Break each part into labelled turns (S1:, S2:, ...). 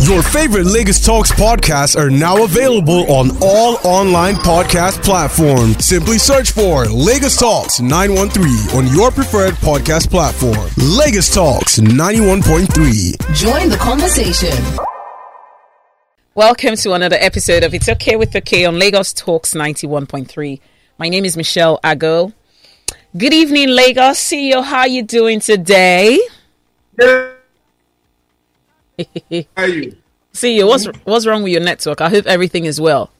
S1: Your favorite Lagos Talks podcasts are now available on all online podcast platforms. Simply search for Lagos Talks 913 on your preferred podcast platform. Lagos Talks 91.3.
S2: Join the conversation.
S3: Welcome to another episode of It's Okay with Okay on Lagos Talks 91.3. My name is Michelle Ago. Good evening, Lagos. CEO, how you doing today?
S4: How are you?
S3: CEO, E what's what's wrong with your network? I hope everything is well.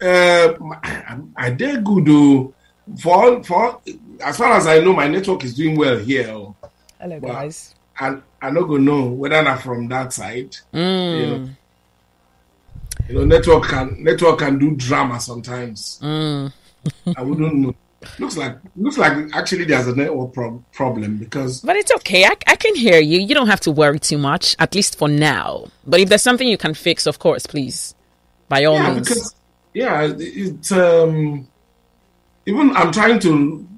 S4: Uh, I did good though. For all, for all, as far as I know, my network is doing well here. oh.
S3: Hello,
S4: Wow. I I not gonna know whether I'm from that side. You know, you know, network can network can do drama sometimes. I wouldn't know. Looks like looks like actually there's a network prob- problem because
S3: But it's okay. I, I can hear you. You don't have to worry too much, at least for now. But if there's something you can fix, of course, please, by all
S4: yeah
S3: means.
S4: because yeah it- it's um even I'm trying to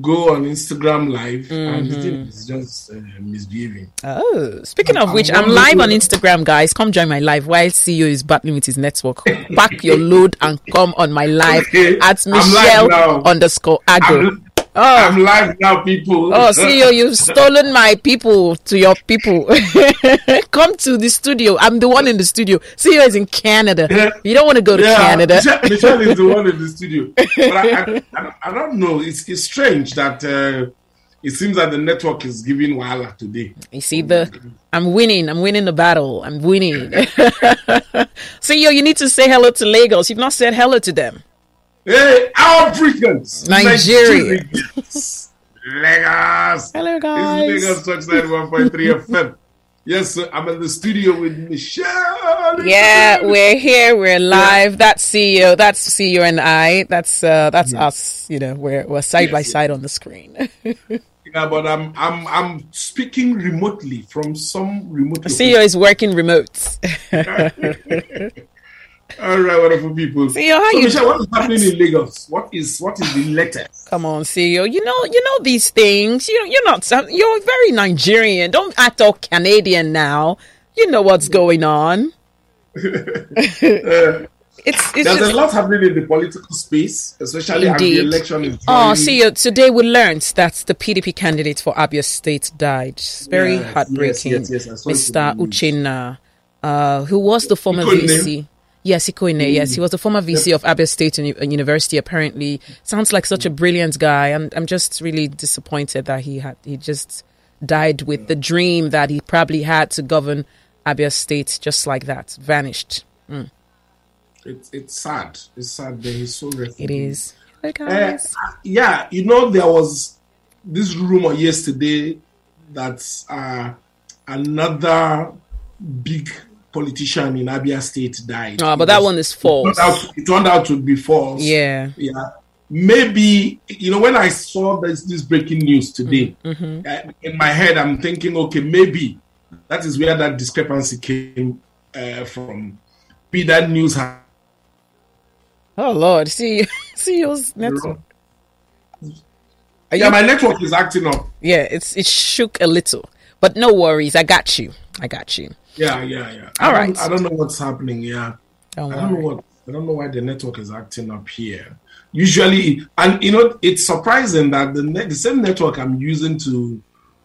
S4: go on Instagram live and the
S3: Mm-hmm.
S4: thing is just uh, misbehaving.
S3: Oh, speaking of which, I'm
S4: I'm
S3: live on
S4: wondering-
S3: Instagram, guys. Come join my live while CEO is battling with his network. Pack your load and come on my live
S4: Okay,
S3: at
S4: I'm live
S3: Michelle
S4: now.
S3: underscore Ago.
S4: I'm, I'm live now, people.
S3: Oh, CEO, you've stolen my people to your people. come to the studio. I'm the one in the studio. CEO is in Canada.
S4: Yeah.
S3: You don't want to go to
S4: Yeah,
S3: Canada.
S4: Michelle, Michelle is the one in the studio. But I, I, I, don't, I don't know. It's, it's strange that uh, it seems that the network is giving Wahala today.
S3: You see the I'm winning. I'm winning the battle. I'm winning. CEO, you need to say hello to Lagos. You've not said hello to them.
S4: Hey, Africans!
S3: Nigeria.
S4: Nigerians, Lagos!
S3: Hello,
S4: This is Lagos Touchline 1.3 FM. Yes, sir, I'm in the studio with Michelle.
S3: Yeah, we're here. We're live. That's CEO. That's CEO and I. That's uh, that's us. You know, we're we're side by side on the screen.
S4: Yeah, but I'm I'm I'm speaking remotely from some remote. location.
S3: CEO E is working remote.
S4: All right, wonderful people.
S3: See, how
S4: so
S3: you-
S4: Michelle, what is happening in Lagos? What is what is the latest?
S3: Come on, CEO. You know, you know these things. You you're not. some- You're very Nigerian. Don't act all Canadian now. You know what's going on. Uh, it's it's
S4: There's
S3: just,
S4: a lot happening in the political space, especially as
S3: Indeed.
S4: the election is.
S3: Oh,
S4: drawing-
S3: CEO. Today we learned that the PDP candidate for Abia State died. It's very
S4: Yes,
S3: heartbreaking.
S4: yes, yes, yes, I saw it
S3: Mr.
S4: in the news.
S3: Uchenna, uh, who was the former
S4: Ikoine.
S3: VC. Yes, Ikoine. Yes, he was the former VC of Abia State Uni- uh, University. Apparently, sounds like
S4: Mm.
S3: such a brilliant guy. I'm, I'm just really disappointed that he had he just died with the dream that he probably had to govern Abia State just like that, vanished.
S4: It's it's sad. It's sad. There is so.
S3: It
S4: Mm.
S3: is. Okay.
S4: Uh, yeah, you know there was this rumor yesterday that uh, another big politician in Abia State died.
S3: Oh, but that one is false.
S4: It turned out, it turned out to be false.
S3: Yeah.
S4: yeah maybe you know when i saw this this breaking news today
S3: Mm, mm-hmm.
S4: uh, in my head i'm thinking okay maybe that is where that discrepancy came uh, from be that news had
S3: Oh Lord, see, see your network. Are
S4: yeah
S3: you-
S4: my network is acting up
S3: yeah, it's it shook a little, but no worries. I got you. I got you.
S4: yeah yeah yeah
S3: All
S4: I don't-
S3: right.
S4: i don't know what's happening yeah
S3: Don't
S4: i don't know
S3: worry.
S4: what i don't know why the network is acting up here usually and you know it's surprising that the, net the same network i'm using to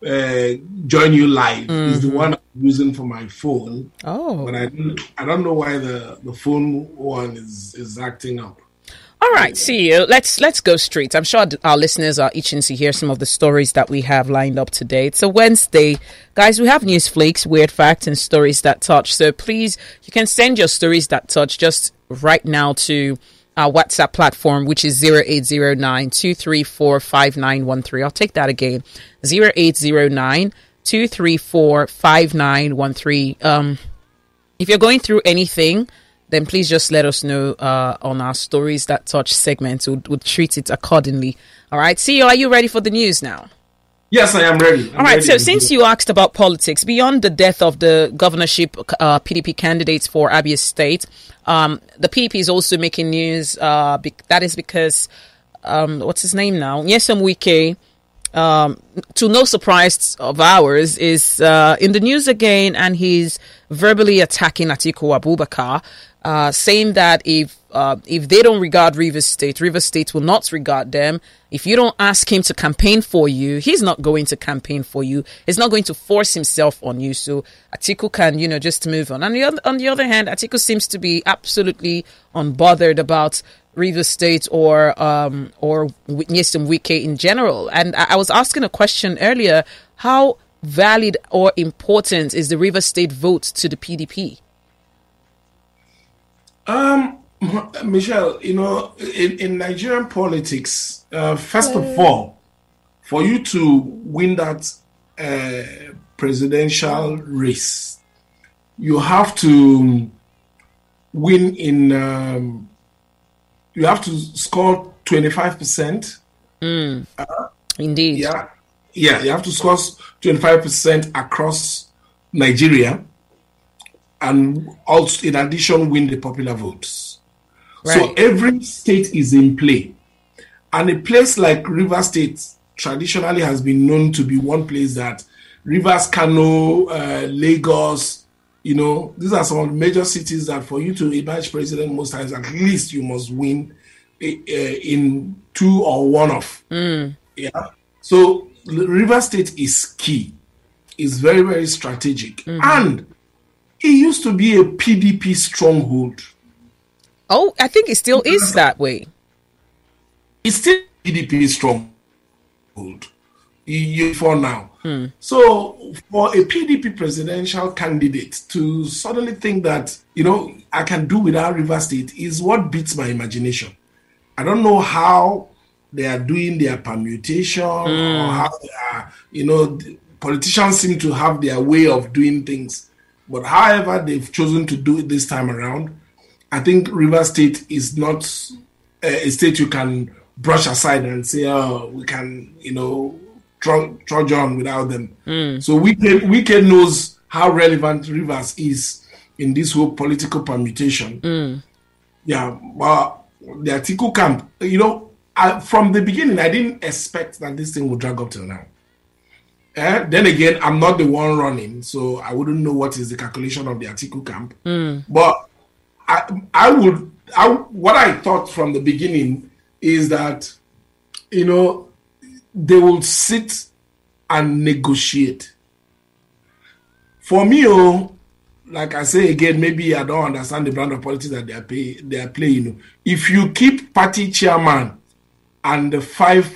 S4: uh, join you live is the one i'm using for my phone
S3: Mm-hmm. Oh,
S4: but I don't, I don't know why the, the phone one is, is acting up.
S3: all right. See you. Let's let's go straight. I'm sure th- our listeners are itching to hear some of the stories that we have lined up today. It's a Wednesday, guys. We have news flakes, weird facts, and stories that touch. So please, you can send your stories that touch just right now to. Our WhatsApp platform, which is 0809 234 5913. I'll take that again 0809 234 5913. Um, if you're going through anything, then please just let us know uh, on our stories that touch segments. We'll, we'll treat it accordingly. All right. CEO, are you ready for the news now?
S4: Yes, I am ready.
S3: All right. So, since you asked about politics, beyond the death of the governorship uh, PDP candidates for Abia State, um, the PDP is also making news. Uh, be- that is because um, what's his name now? Nyesom Wike um, to no surprise of ours, is uh, in the news again, and he's verbally attacking Atiku Abubakar, uh, saying that if uh, if they don't regard Rivers State, Rivers State will not regard them. If you don't ask him to campaign for you, he's not going to campaign for you. He's not going to force himself on you. So Atiku can, you know, just move on. And the other, on the other hand, Atiku seems to be absolutely unbothered about Rivers State or um, or Nyesom Wike in general. And I, I was asking a question earlier: How valid or important is the Rivers State vote to the PDP?
S4: Um, Michelle, you know, in, in Nigerian politics, uh, first of all, for you to win that uh, presidential race, you have to win in. Um, you have to score twenty five percent.
S3: Indeed.
S4: Yeah, yeah, you have to score twenty five percent across Nigeria, and also in addition win the popular votes. So
S3: Right.
S4: every state is in play, and a place like River State traditionally has been known to be one place that Rivers, Kano, uh, Lagos. You know, these are some of the major cities that for you to emerge president most times, at least you must win eh, eh, in two or one of. Yeah. So L- River State is key. It's very, very strategic. And it used to be a PDP stronghold.
S3: Oh, I think it still is that way.
S4: It's still PDP stronghold y- y- for now. So for a PDP presidential candidate to suddenly think that, you know, I can do without River State is what beats my imagination. I don't know how they are doing their permutation or how they are, you know, th- politicians seem to have their way of doing things. But however they've chosen to do it this time around, I think River State is not a, a state you can brush aside and say, oh, we can, you know, tru- trudge on without them. So we can, we can knows how relevant Rivers is in this whole political permutation yeah, well, the Atiku camp, you know, I, from the beginning, I didn't expect that this thing would drag up till now. Eh, then again, I'm not the one running, so I wouldn't know what is the calculation of the Atiku camp. But I, I would, I, what I thought from the beginning is that, you know, they will sit and negotiate. For me, oh, like I say again, maybe I don't understand the brand of politics that they are pay, they are playing. If you keep party chairman and the five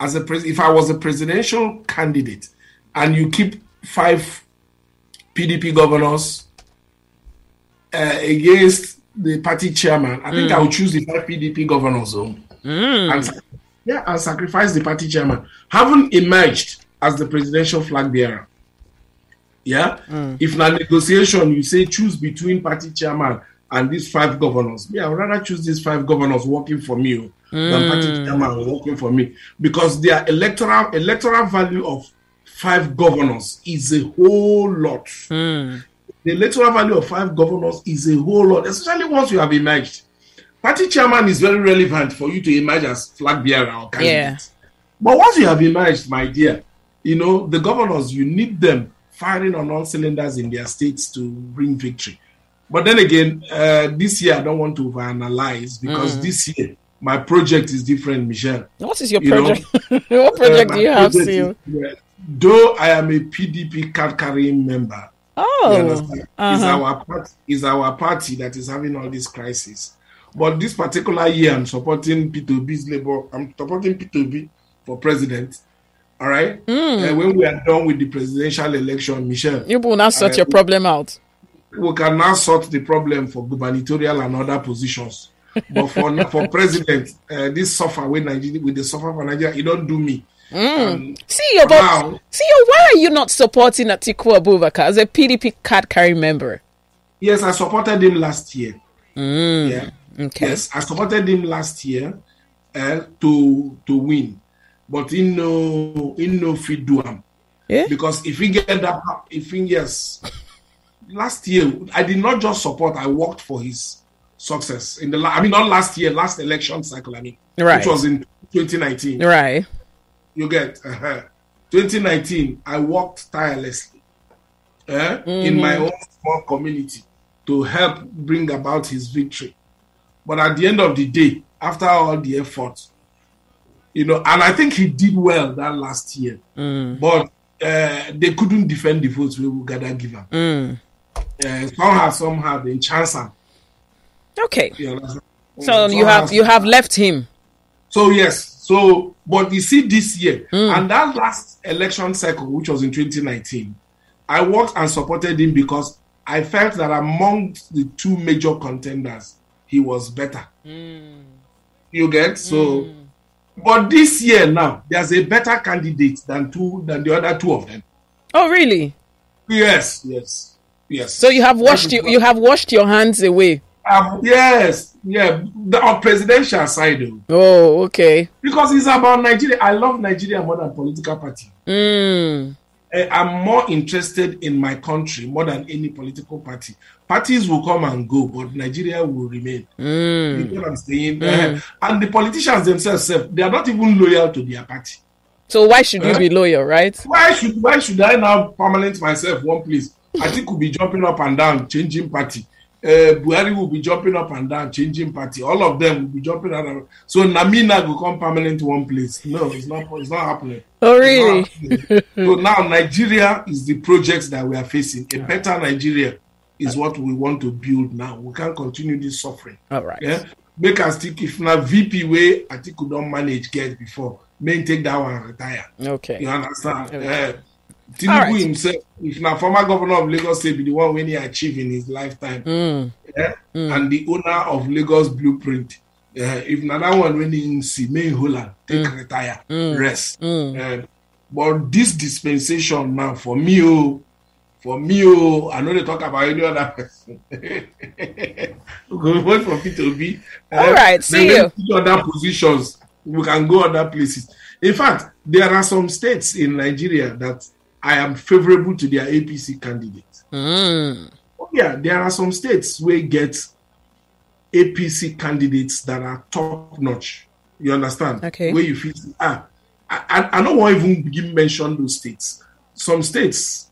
S4: as a pres, if I was a presidential candidate, and you keep five PDP governors uh, against the party chairman, I think I would choose the five PDP governors. though. And sa- yeah, and sacrifice the party chairman, having emerged as the presidential flag bearer. Yeah. If na negotiation, you say choose between party chairman and these five governors. Me, I would rather choose these five governors working for me oh, than party chairman working for me because their electoral electoral value of five governors is a whole lot. The electoral value of five governors is a whole lot, especially once you have emerged. Party chairman is very relevant for you to emerge as flag bearer or candidate.
S3: Yeah.
S4: But once you have emerged, my dear, you know, the governors, you need them firing on all cylinders in their states to bring victory. But then again, uh, this year, I don't want to overanalyze because this year, my project is different, Michelle.
S3: What is your
S4: You know,
S3: project? what project do
S4: Uh, my
S3: you have,
S4: project
S3: Seal?
S4: is- yeah, Though I am a PDP card carrying member, you
S3: Oh,
S4: understand? It's
S3: uh-huh.
S4: our part, it's our party that is having all this crisis. But this particular year, I'm supporting P2B's labor. I'm supporting P2B for president. All right. And when we are done with the presidential election, Michelle,
S3: Mm. you will now sort
S4: I-
S3: your problem out.
S4: we can now sort the problem for gubernatorial and other positions. But for for president, uh, this suffer with Nigeria with the suffer for Nigeria, it don't do me. And
S3: See, but
S4: Wow.
S3: see, why are you not supporting Atiku Abubakar as a PDP card carrying member?
S4: yes, I supported him last year.
S3: Mm.
S4: Yeah.
S3: Okay.
S4: Yes, I supported him last year uh, to to win, but in no in no fit do am
S3: Yeah?
S4: because if he get that if he yes, last year I did not just support, I worked for his success in the la- I mean not last year, last election cycle. I mean,
S3: Right.
S4: which was in 2019.
S3: Right.
S4: You get uh-huh. 2019. I worked tirelessly eh,
S3: Mm-hmm.
S4: in my own small community to help bring about his victory. But at the end of the day, after all the effort, you know, and I think he did well that last year,
S3: Mm.
S4: but uh, they couldn't defend the votes we would gather given.
S3: Mm.
S4: Uh, somehow, somehow, they chance am.
S3: Okay.
S4: You understand? Mm.
S3: So you have you have left him.
S4: So yes, so but you see this year
S3: Hmm.
S4: and that last election cycle, which was in 2019, I worked and supported him because I felt that among the two major contenders, he was better.
S3: Hmm.
S4: You get so, but this year now there's a better candidate than two than the other two of them.
S3: Oh really?
S4: Yes, yes, yes.
S3: So you have washed you, you have washed your hands away.
S4: Um, yes, yeah, the on presidential side though.
S3: Oh, okay.
S4: because it's about Nigeria. I love Nigeria more than political party.
S3: Mm.
S4: Eh, I'm more interested in my country more than any political party. Parties will come and go, but Nigeria will remain. You know what I'm saying? Eh, And the politicians themselves, sef, they are not even loyal to their party.
S3: So why should you be loyal, right?
S4: Why should why should I now permanent myself one place? I think we'll be jumping up and down, changing party. Uh, Buhari will be jumping up and down, changing party. All of them will be jumping up. And So Namina will come permanent one place. No, it's not. It's not happening.
S3: Oh really?
S4: so now Nigeria is the project that we are facing. A better Nigeria is what we want to build now. We can't continue this suffering.
S3: All right.
S4: Yeah? Make us think if now VP way I think we don't manage get before, may take that one and retire.
S3: Okay.
S4: You understand?
S3: Okay.
S4: Eh,
S3: All
S4: Tinubu
S3: right.
S4: himself, if na former governor of Lagos State be the one when he achieve in his lifetime,
S3: Hmm.
S4: eh, and the owner of Lagos Blueprint, eh, if na that one when he see may Holland take
S3: Hmm.
S4: retire, rest. Eh, but this dispensation now for me, oh, for me, oh, I know they talk about any other person. we go vote for Peter Obi. eh,
S3: All right,
S4: then
S3: see
S4: when
S3: you.
S4: see other positions. We can go other places. In fact, there are some states in Nigeria that I am favorable to their APC candidates.
S3: Mm.
S4: Oh, yeah, there are some states where get APC candidates that are top notch. You understand?
S3: Okay.
S4: Where you feel ah, I, I, I don't want to even begin mention those states. Some states,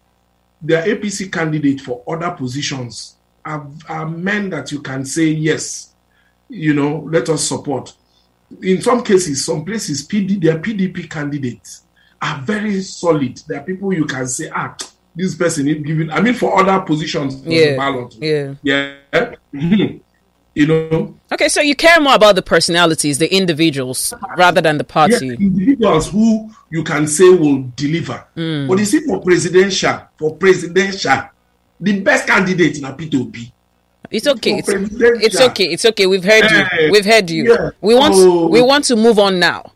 S4: their APC candidate for other positions are, are men that you can say yes, you know, let us support. In some cases, some places, PD, their PDP candidates are very solid. There are people you can say, ah, this person is giving. I mean, for other positions, on the
S3: Yeah.
S4: ballot.
S3: Yeah.
S4: Yeah. Hmm. you know,
S3: Okay, so you care more about the personalities, the individuals, rather than the
S4: yes,
S3: party.
S4: individuals who you can say will deliver.
S3: Hmm.
S4: But you see, for presidential, for presidential, the best candidate in a P2P.
S3: It's okay. It's,
S4: For presidential.
S3: it's okay. It's okay. We've heard you.
S4: Eh,
S3: We've heard you.
S4: yeah.
S3: We want
S4: Oh.
S3: we want to move on now.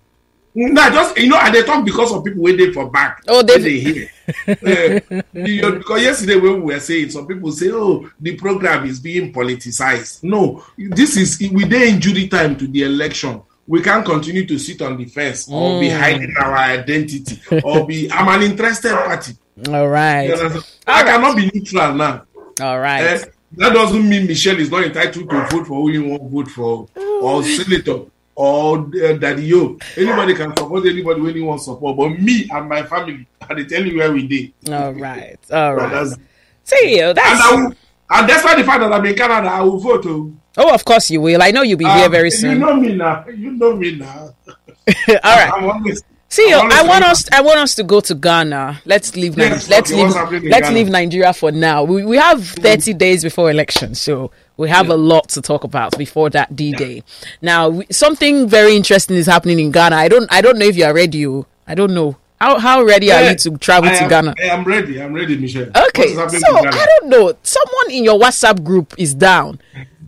S4: Nah, just you know, and they talk because of people waiting for back.
S3: Oh,
S4: when
S3: they-
S4: they hear. Eh, you know, because yesterday when we were saying, some people say, "Oh, the program is being politicized." No, this is we dey injury time to the election. We can't continue to sit on the fence or
S3: Hmm.
S4: be hiding our identity or be. I'm an interested party.
S3: All
S4: You
S3: right.
S4: understand? I cannot be neutral now.
S3: All right.
S4: Eh, that doesn't mean Michelle is not entitled to vote for who you want to vote for, or
S3: Mm.
S4: senator, or uh, Daddy Yo. Anybody can support anybody when he wants support, but me and my family, I dey tell you where we did.
S3: All right. All right.
S4: That's-
S3: See you.
S4: And, I
S3: That's
S4: will, and despite the fact that I'm in Canada, I will vote. oh.
S3: oh, of course you will. I know you'll be
S4: Ah,
S3: here very
S4: You
S3: soon.
S4: know me now. You know me now.
S3: All right.
S4: I'm honest.
S3: See, I
S4: I'm honest
S3: want
S4: with
S3: us. I want us to go to Ghana. Let's leave. Ni-
S4: Yes,
S3: let's
S4: okay,
S3: leave.
S4: what's happening in
S3: Let's
S4: Ghana? Mm.
S3: leave Nigeria for now. We, we have thirty days before election, so we have a lot to talk about before that D day. Now, we, something very interesting is happening in Ghana. I don't. I don't know if you are ready. oh. I don't know how how ready are
S4: Eh,
S3: you to travel
S4: I
S3: to
S4: am-
S3: Ghana.
S4: I am ready. I'm ready, Michelle. What
S3: Okay,
S4: is
S3: so
S4: happening in Ghana?
S3: I don't know. Someone in your WhatsApp group is down,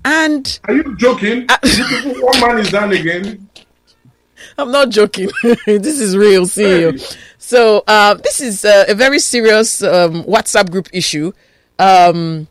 S3: and
S4: Are you joking? You people- one man is done again.
S3: I'm not joking. this is real, CEO. So uh, this is uh, a very serious um, WhatsApp group issue. Um,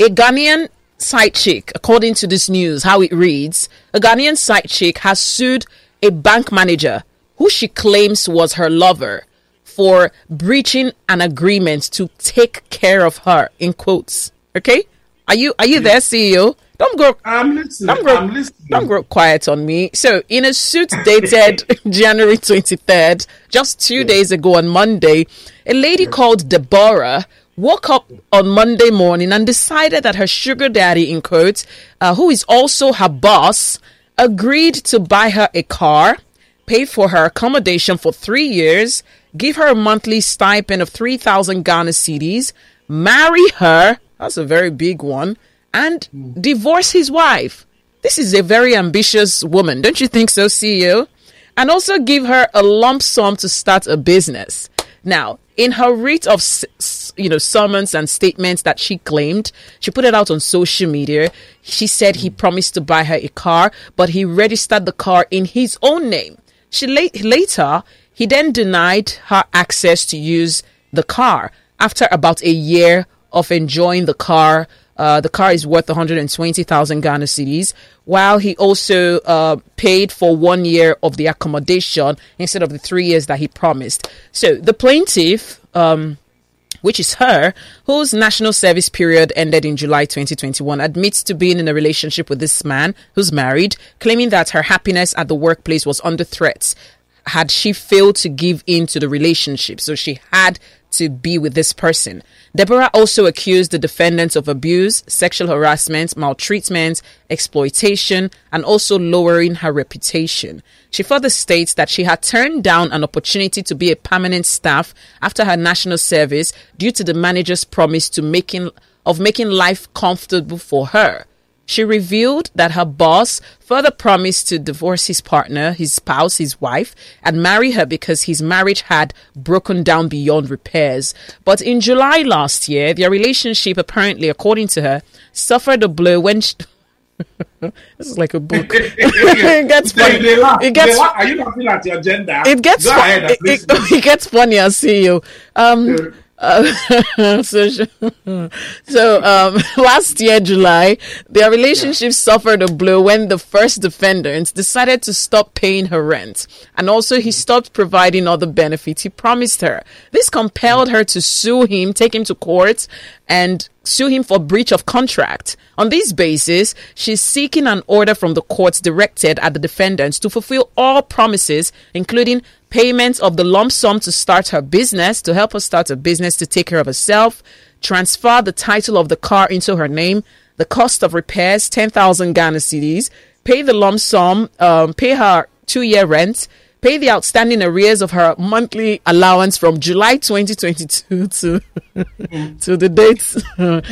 S3: a Ghanaian side chick, according to this news, how it reads, a Ghanaian side chick has sued a bank manager who she claims was her lover for breaching an agreement to take care of her. In quotes. Okay, are you are you there, CEO? Don't Don't go
S4: I'm listening.
S3: Don't grow-
S4: I'm listening.
S3: Don't grow quiet on me. So, in a suit dated January 23rd, just two days ago on Monday, a lady called Deborah woke up on Monday morning and decided that her sugar daddy, in quotes, uh, who is also her boss, agreed to buy her a car, pay for her accommodation for three years, give her a monthly stipend of 3,000 Ghana cedis, marry her. That's a very big one. And divorce his wife. This is a very ambitious woman, don't you think so, CEO? And also give her a lump sum to start a business. Now, in her writ of s- s- you know summons and statements that she claimed, she put it out on social media. She said he promised to buy her a car, but he registered the car in his own name. She late, later he then denied her access to use the car after about a year of enjoying the car. Uh, the car is worth 120,000 Ghana cedis, while he also uh, paid for one year of the accommodation instead of the three years that he promised. So the plaintiff, um, which is her, whose national service period ended in July 2021, admits to being in a relationship with this man who's married, claiming that her happiness at the workplace was under threat had she failed to give in to the relationship. So she had to be with this person. Deborah also accused the defendants of abuse, sexual harassment, maltreatment, exploitation, and also lowering her reputation. She further states that she had turned down an opportunity to be a permanent staff after her national service due to the manager's promise to making of making life comfortable for her. She revealed that her boss further promised to divorce his partner, his spouse, his wife, and marry her because his marriage had broken down beyond repairs. But in July last year, their relationship, apparently, according to her, suffered a blow when. She- this is like a book. it gets
S4: They,
S3: funny.
S4: they laugh.
S3: It gets
S4: they laugh. Are you laughing at your gender?
S3: it gets
S4: Go
S3: fun-
S4: ahead and
S3: it, it,
S4: listen.
S3: it gets funny. I see you. Um, uh, so, sh- so um, last year, July, their relationship suffered a blow when the first defendant decided to stop paying her rent, and also he stopped providing all the benefits he promised her. This compelled her to sue him, take him to court, and sue him for breach of contract. On this basis, she's seeking an order from the courts directed at the defendants to fulfill all promises, including payments of the lump sum to start her business, to help her start a business to take care of herself, transfer the title of the car into her name, the cost of repairs, 10,000 Ghana cedis, pay the lump sum, um, pay her two year rent, pay the outstanding arrears of her monthly allowance from July 2022 to, to the dates.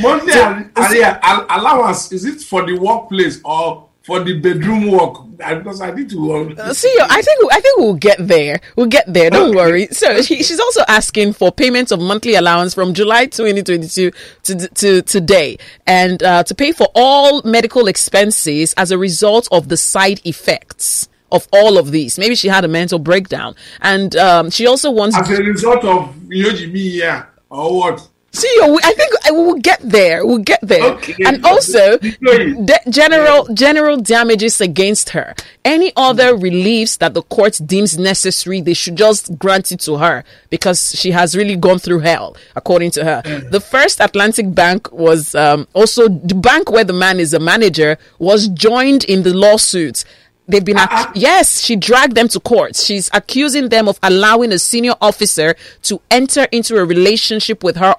S4: Monday and Aria, al- allowance is it for the workplace or for the bedroom work? I- Because I need to. Uh,
S3: See, I think I think we'll get there. We'll get there. Don't worry. So she, she's also asking for payments of monthly allowance from July 2022 to to today, and uh, to pay for all medical expenses as a result of the side effects of all of these. Maybe she had a mental breakdown, and um, she also wants.
S4: as a result of Yoji me here or what?
S3: See, we- I think I- we'll get there. We'll get there.
S4: Okay.
S3: And also,
S4: Please.
S3: de- general general damages against her. Any other
S4: Mm.
S3: reliefs that the court deems necessary, they should just grant it to her because she has really gone through hell, according to her. The first Atlantic Bank was um, also the bank where the man is a manager was joined in the lawsuit. They've been, ac-
S4: Uh-huh.
S3: yes, she dragged them to court. She's accusing them of allowing a senior officer to enter into a relationship with her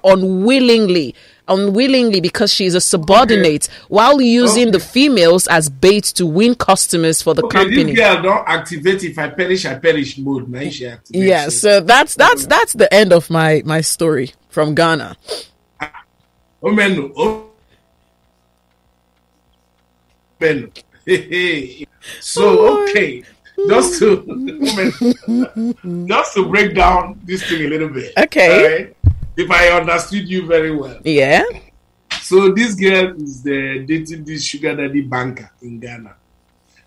S3: unwillingly, unwillingly because she is a subordinate while using the females as bait to win customers for the
S4: Okay,
S3: company.
S4: this girl don't activate. If I perish, I perish mode. Now she activates.
S3: Yeah,
S4: it.
S3: so that's that's that's the end of my my story from Ghana.
S4: Omenu. o- Omenu. Hey, hey. so okay, just to Omenu. just to break down this thing a little bit.
S3: Okay.
S4: alright? If I understood you very well,
S3: Yeah.
S4: so this girl is the dating this sugar daddy banker in Ghana,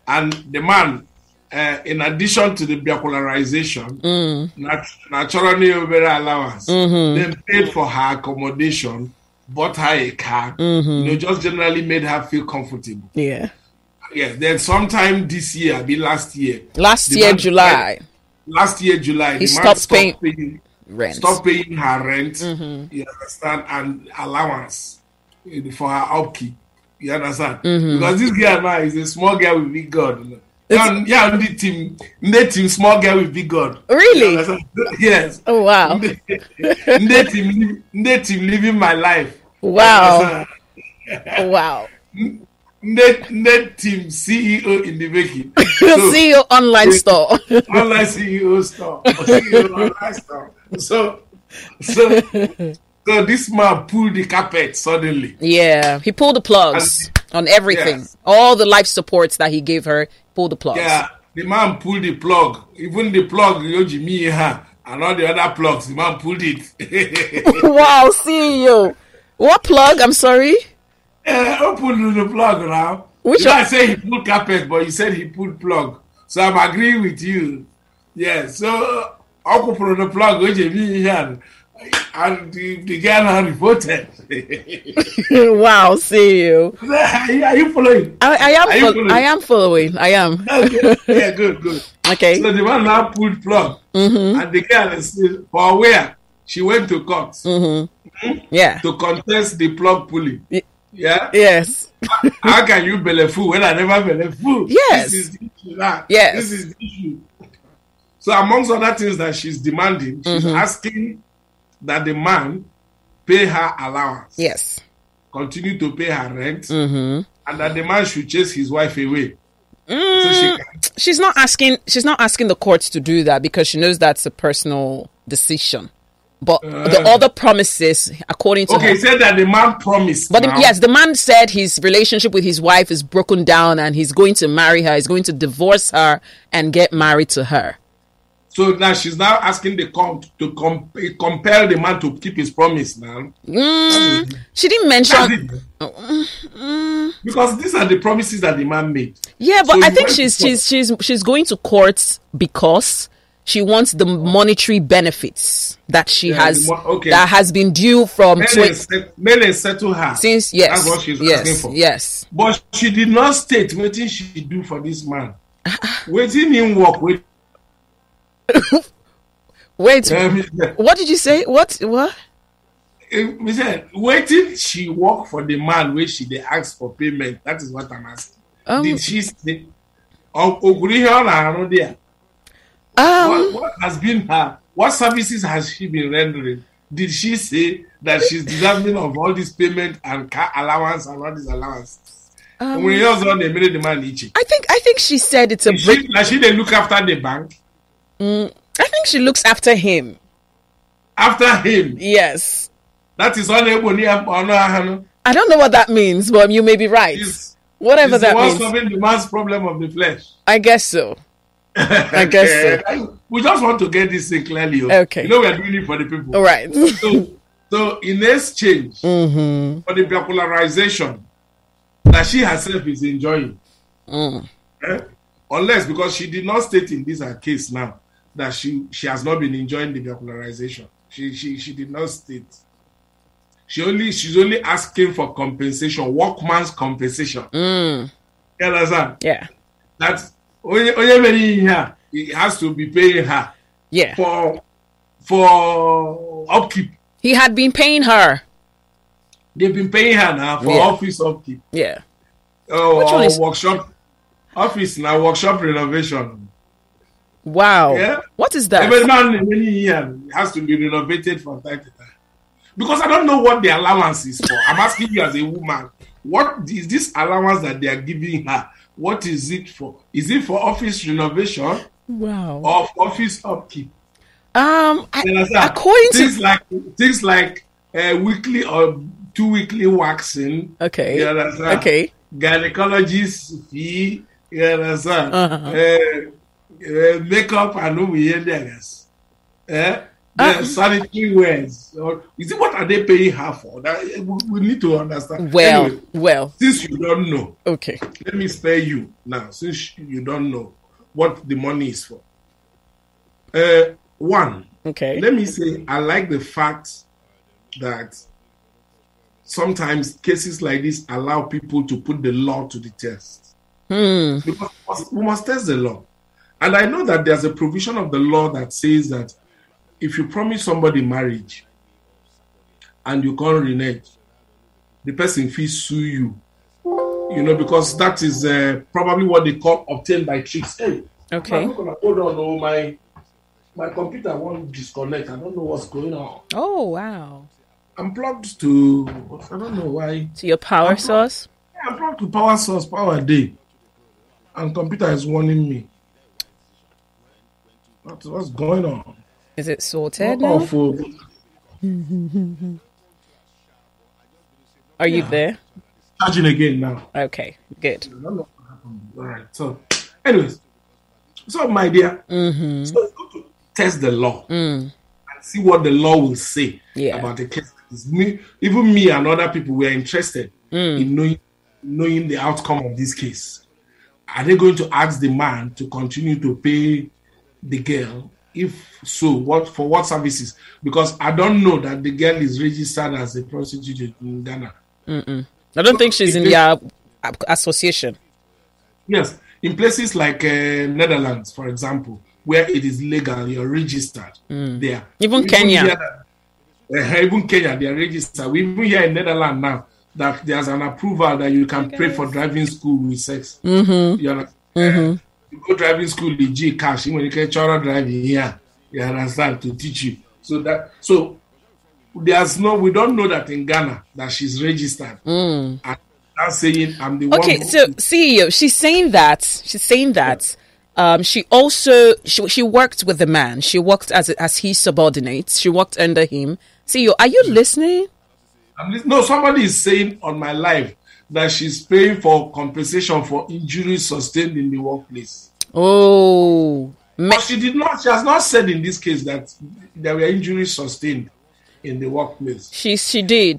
S4: and the man. Uh, in addition to the biocularization,
S3: Mm.
S4: nat- naturally over allowance,
S3: Mm-hmm.
S4: they paid for her accommodation, bought her a car,
S3: Mm-hmm.
S4: you know, just generally made her feel comfortable.
S3: Yeah.
S4: Yes, then sometime this year, I mean last year,
S3: Last
S4: The
S3: year
S4: man-
S3: July
S4: last year July, the man
S3: stopped paying-
S4: paying
S3: rent.
S4: stop paying her rent, you understand, and allowance eh, for her upkeep. You understand? Because this girl now is a small girl with big God. You know? Yeah, yeah, the team, the team, small girl with big God.
S3: Really?
S4: You understand? yes.
S3: Oh wow.
S4: Nde team, Nde team living my life.
S3: Wow. Wow.
S4: Nde, Nde team CEO in the making. So,
S3: See your online store.
S4: online E CEO store, CEO E online store. So, so, so this man pulled the carpet suddenly.
S3: yeah. He pulled the plugs on everything.
S4: Yes.
S3: All the life supports that he gave her, pulled the plugs.
S4: Yeah, the man pulled the plug. Even the plug Yoji Miha and all the other plugs, the man pulled it.
S3: wow, CEO. What plug? I'm sorry.
S4: Eh, Open the plug now.
S3: Which
S4: you know,
S3: one?
S4: I say he pulled carpet, but you said he pulled plug. So I'm agreeing with you. Yeah, so open the plug Yoji Miha and the, the girl now reported.
S3: wow, CEO.
S4: Are you following?
S3: I, I am.
S4: Are you
S3: fol-
S4: following?
S3: I am following. I am.
S4: Okay. yeah, good, good.
S3: Okay. Mm-hmm.
S4: So the man now pulled plug, and the girl is still for where she went to court
S3: Mm-hmm. Yeah.
S4: to contest the plug pulling.
S3: Y-
S4: Yeah,
S3: Yes.
S4: how can you belle fool when I never belle fool?
S3: Yes.
S4: this is the issue. Now.
S3: Yes.
S4: this is the issue. So amongst other things that she's demanding, she's
S3: Mm-hmm.
S4: asking that the man pay her allowance,
S3: Yes.
S4: continue to pay her rent,
S3: Mm-hmm.
S4: and that the man should chase his wife away.
S3: Mm.
S4: So she can
S3: She's not asking. She's not asking the courts to do that because she knows that's a personal decision. But the other promises, according to
S4: Uh. Okay,
S3: her,
S4: he said that the man promised.
S3: But the,
S4: now.
S3: yes, the man said his relationship with his wife is broken down and he's going to marry her, he's going to divorce her and get married to her.
S4: So now she's now asking the court to com- compel the man to keep his promise now.
S3: Mm, She didn't
S4: That's
S3: mention
S4: it.
S3: mm,
S4: Because these are the promises that the man made.
S3: Yeah, but
S4: So
S3: I
S4: you
S3: think
S4: went to
S3: she's
S4: court.
S3: she's she's she's going to court because she wants the monetary benefits that she
S4: Yeah,
S3: has
S4: the mo- okay.
S3: that has been due from
S4: Mele,
S3: twen-
S4: set, Mele settle her.
S3: since yes.
S4: That's what she's asking
S3: yes.
S4: for.
S3: Yes.
S4: But she did not state what she do for this man. Waiting in work with
S3: Wait.
S4: um,
S3: what did you say? What what?
S4: we Eh, said waiting she work for the man wey she dey ask for payment that is what i'm asking
S3: Um,
S4: did she say "Oh, ogurihe ọ na-arụ there
S3: Um,
S4: what, what has been her what services has she been rendering did she say that she's deserving of all this payment and car allowance and all this allowance
S3: Um,
S4: onwere ihe ọzọ na-emere the man iche
S3: I think I think she said it's a
S4: Is she
S3: break.
S4: na she dey look after the bank
S3: I think she looks after him.
S4: after him
S3: Yes.
S4: that is ọna egbo ni ọna ahanu
S3: I don't know what that means, but you may be right.
S4: is
S3: Whatever
S4: is the
S3: that
S4: one
S3: means.
S4: solving the man's problem of the flesh.
S3: I guess so. I guess so.
S4: Eh, we just want to get this thing clearly. oh.
S3: Okay.
S4: You know, we are doing it for the people.
S3: All right.
S4: So, so in exchange for the popularization that she herself is enjoying, eh, unless because she did not state in this her case now that she she has not been enjoying the popularization. She she she did not state. She only she's only asking for compensation, workman's compensation. You understand?
S3: yeah.
S4: that onye onye mere ihe a he has to be paying her
S3: Yeah.
S4: for for upkeep
S3: He had been paying her.
S4: they been paying her na for
S3: Yeah.
S4: office upkeep
S3: Yeah.
S4: uh,
S3: Which one
S4: or
S3: is-
S4: workshop office na workshop renovation
S3: Wow.
S4: Yeah.
S3: What is that?
S4: every man in many years has to be renovated from time to time because i don't know what the allowance is for i'm asking you as a woman what is this allowance that they are giving her what is it for is it for office renovation
S3: wow.
S4: or for office upkeep
S3: Um I,
S4: You understand?
S3: according
S4: things
S3: to
S4: like things like uh, weekly or two weekly waxing.
S3: Okay.
S4: You understand?
S3: Okay.
S4: Gynecologist fee. You understand?
S3: Uh-huh.
S4: uh uh, makeup and umiyenders. Eh? The
S3: Uh,
S4: sanitary wares. Or is it what are they paying her for? That, eh, we, we need to understand.
S3: Well,
S4: Anyway,
S3: well.
S4: since you don't know,
S3: Okay.
S4: let me spare you now since you don't know what the money is for. Uh, one,
S3: Okay.
S4: let me say, I like the fact that sometimes cases like this allow people to put the law to the test.
S3: Hmm.
S4: Because we must- we must test the law. And I know that there's a provision of the law that says that if you promise somebody marriage and you can't renege, the person will sue you you know, because that is uh, probably what they call obtained by tricks. Hey,
S3: Okay.
S4: I'm not gonna- hold on, oh my, my computer won't disconnect. I don't know what's going on.
S3: Oh wow.
S4: I'm plugged to, I don't know why.
S3: To your power source.
S4: I'm plugged to power source, power day, and computer is warning me. What, what's going on?
S3: Is it sorted? now?
S4: Off, oh.
S3: Are you there?
S4: charging again now.
S3: Okay. Good.
S4: I don't know what happened. All right. So, anyways, so my dear, so it's good to test the law and see what the law will say
S3: Yeah.
S4: about the case. It's Me, even me and other people, we are interested in knowing knowing the outcome of this case. Are they going to ask the man to continue to pay the girl? If so, what for what services? Because I don't know that the girl is registered as a prostitute in Ghana.
S3: I don't think she's in their uh, association.
S4: Yes, in places like uh, Netherlands, for example, where it is legal, you're registered there.
S3: Hmm. Even Kenya.
S4: here- eh, even Kenya, they are registered. We even here in Netherlands now that there's an approval that you can pay for driving school with sex. Mm-hmm. You, understand? you go driving school with G cash. Even you can children driving here, you understand to teach you. So that so there's no we don't know that in Ghana that she's registered. And that's saying I'm the one.
S3: Hmm. Okay,
S4: who-
S3: so CEO, she's saying that she's saying that um, she also she, she worked with the man. She worked as as his subordinate. She worked under him. CEO, are
S4: Mm.
S3: you listening?
S4: I'm lis- no, somebody is saying on my life that she's paying for compensation for injuries sustained in the workplace.
S3: Oh,
S4: But she did not. She has not said in this case that there were injuries sustained in the workplace
S3: she she did.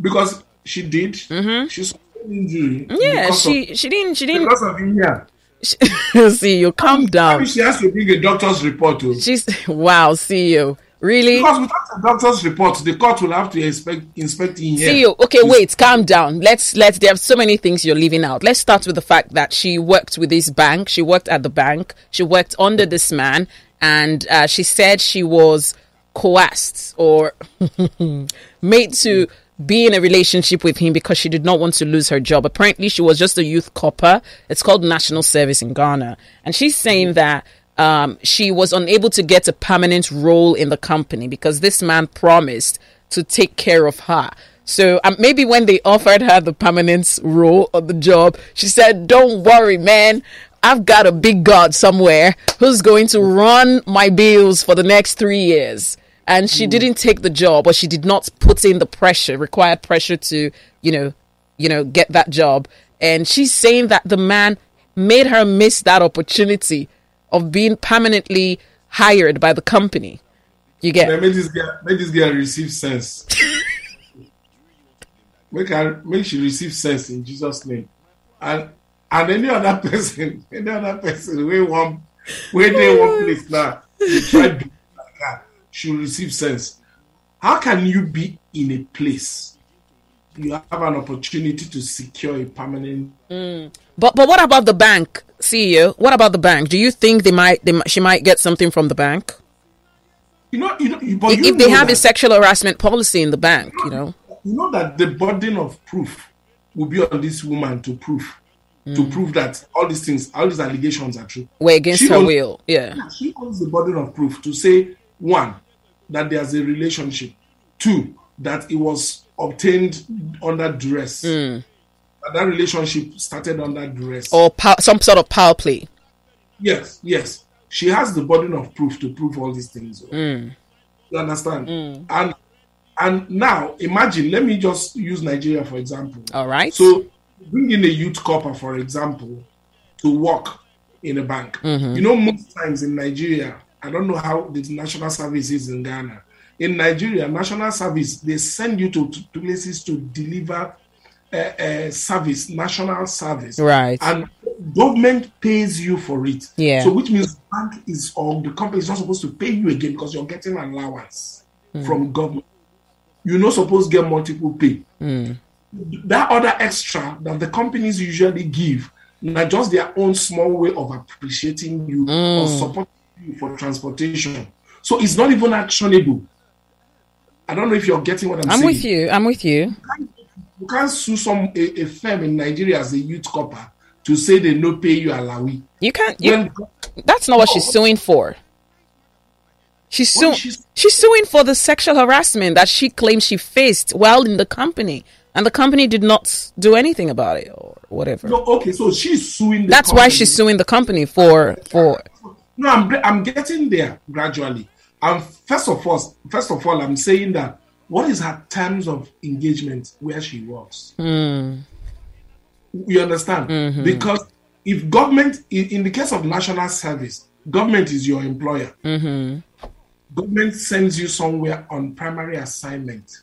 S4: because she did. She sustained injury.
S3: Mm-hmm. Yeah,
S4: because
S3: she she didn't she
S4: Of,
S3: didn't.
S4: because of India.
S3: CEO, calm down.
S4: She has to bring a doctor's report. To,
S3: She's wow, CEO, really.
S4: because without a doctor's report, the court will have to inspect inspect in here.
S3: CEO, okay, wait, calm down. Let's let's. There are so many things you're leaving out. Let's start with the fact that she worked with this bank. She worked at the bank. She worked under this man, and uh, she said she was coerced or made to be in a relationship with him because she did not want to lose her job. Apparently, she was just a youth copper. It's called national service in Ghana, and she's saying that um, she was unable to get a permanent role in the company because this man promised to take care of her. So um, maybe when they offered her the permanent role or the job, she said, "Don't worry, man. I've got a big god somewhere who's going to run my bills for the next three years." And
S4: Hmm.
S3: she didn't take the job, or she did not put in the pressure, required pressure to, you know, you know, get that job. And she's saying that the man made her miss that opportunity of being permanently hired by the company. You get?
S4: Make this girl, make this girl receive sense. make her, make she receive sense in Jesus' name. And and any other person, any other person, we want, we they one place now. They try to like her. She will receive sense. How can you be in a place? You have an opportunity to secure a permanent.
S3: But but what about the bank CEO? What about the bank? Do you think they might they might, she might get something from the bank
S4: You know, you know, you- but
S3: if,
S4: Oh, you
S3: if they
S4: know
S3: have a
S4: that-
S3: sexual harassment policy in the bank? You know.
S4: you know that the burden of proof will be on this woman to prove to prove that all these things all these allegations are true
S3: Were against
S4: She
S3: her
S4: owns-
S3: will, yeah.
S4: she owns the burden of proof to say one that there's a relationship two that it was obtained under duress that that relationship started under duress
S3: or pow- some sort of power play.
S4: yes yes she has the burden of proof to prove all these things you understand and and now imagine let me just use nigeria for example
S3: All right.
S4: so bring in a youth copper, for example, to work in a bank.
S3: Mm-hmm.
S4: You know, most times in Nigeria, I don't know how the national service is in Ghana. In Nigeria, national service, they send you to, to places to deliver uh, uh, service, national service.
S3: Right.
S4: And government pays you for it.
S3: Yeah.
S4: So which means bank is or the company is not supposed to pay you again because you're getting allowance
S3: Mm.
S4: from government. You're not supposed to get multiple pay that other extra that the companies usually give, not just their own small way of appreciating you or
S3: Mm.
S4: supporting you for transportation. So it's not even actionable. I don't know if you're getting what I'm,
S3: I'm
S4: saying.
S3: with you. I'm with you.
S4: you can't sue some a, a firm in Nigeria as a youth copper to say they no pay you alawi.
S3: You can't. You,
S4: When-
S3: that's not what
S4: No.
S3: she's suing for. She's
S4: What
S3: suing.
S4: is she su-
S3: She's suing for the sexual harassment that she claims she faced while in the company, and the company did not do anything about it or whatever.
S4: No, okay, so she's suing. The
S3: That's why
S4: company.
S3: she's suing the company for for.
S4: No, I'm I'm getting there gradually. Um, first of all, first of all, I'm saying that what is her terms of engagement where she works? You understand? Because if government, in, in the case of national service, government is your employer. Government sends you somewhere on primary assignment.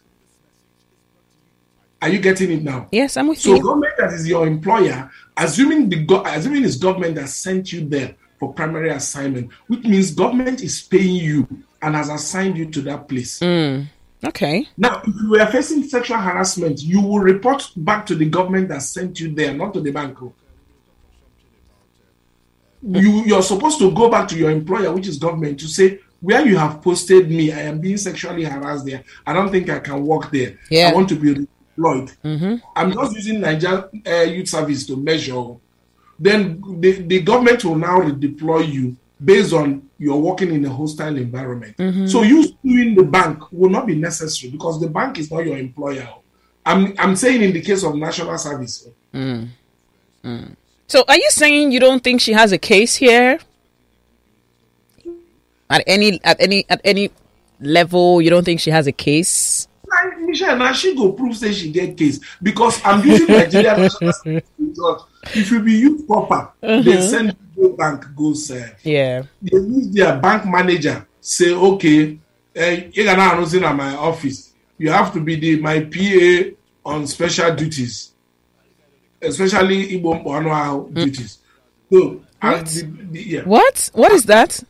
S4: Are you getting it now?
S3: Yes, I'm with
S4: So
S3: you.
S4: government that is your employer, assuming the go- assuming it's government that sent you there for primary assignment, which means government is paying you and has assigned you to that place.
S3: Okay.
S4: Now, if you are facing sexual harassment, you will report back to the government that sent you there, not to the bank. oh. You you're supposed to go back to your employer, which is government, to say where you have posted me, I am being sexually harassed there. I don't think I can work there.
S3: Yeah.
S4: I want to be employed. I'm just using Niger uh, Youth Service to measure. Then the, the government will now redeploy you based on you're working in a hostile environment. So you suing the bank will not be necessary because the bank is not your employer. I'm I'm saying in the case of national service,
S3: So are you saying you don't think she has a case here? At any at any at any level, you don't think she has a case?
S4: Like, Michelle, now she go prove say she get case because I'm using Nigeria national service to judge. If you be youth proper, they send you go bank uh, go serve.
S3: Yeah.
S4: they use their bank manager say okay eh, you gana announce na my office you have to be the my pa on special duties especially igbo mkpa anụ ahụ duties so and the, the, yeah,
S3: What? What is that?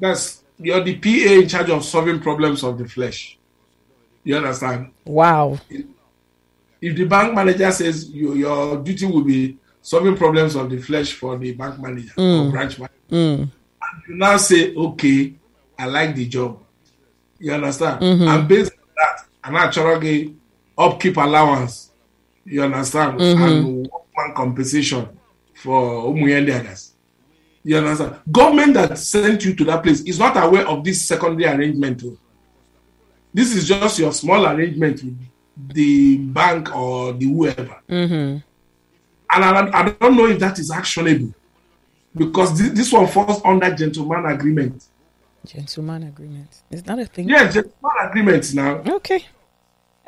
S4: that's you're the pa in charge of solving problems of the flesh you understand
S3: Wow.
S4: if the bank manager says you, your duty will be solving problems of the flesh for the bank manager or branch manager, and you now say, okay, I like the job. You understand? And based on that, an actual ga- upkeep allowance, you understand, and one compensation for Omuyendianas. You understand? Government that sent you to that place is not aware of this secondary arrangement. oh. This is just your small arrangement with the bank or the whoever. And I, I don't know if that is actionable because thi- this one falls under gentleman agreement.
S3: Gentleman agreement. Is that a thing?
S4: Yeah, gentleman agreement now.
S3: Okay.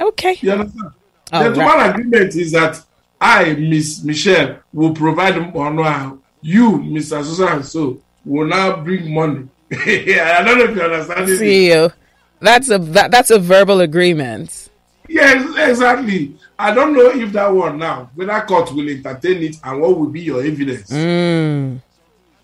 S3: Okay.
S4: You understand?
S3: All
S4: gentleman agreement is that I, Miss Michelle, will provide money. You, Mr. Susan, so will now bring money. I don't know if you understand it.
S3: See you. That's a that, that's a verbal agreement.
S4: Yes, exactly. I don't know if that one now, whether court will entertain it and what will be your evidence.
S3: Mm.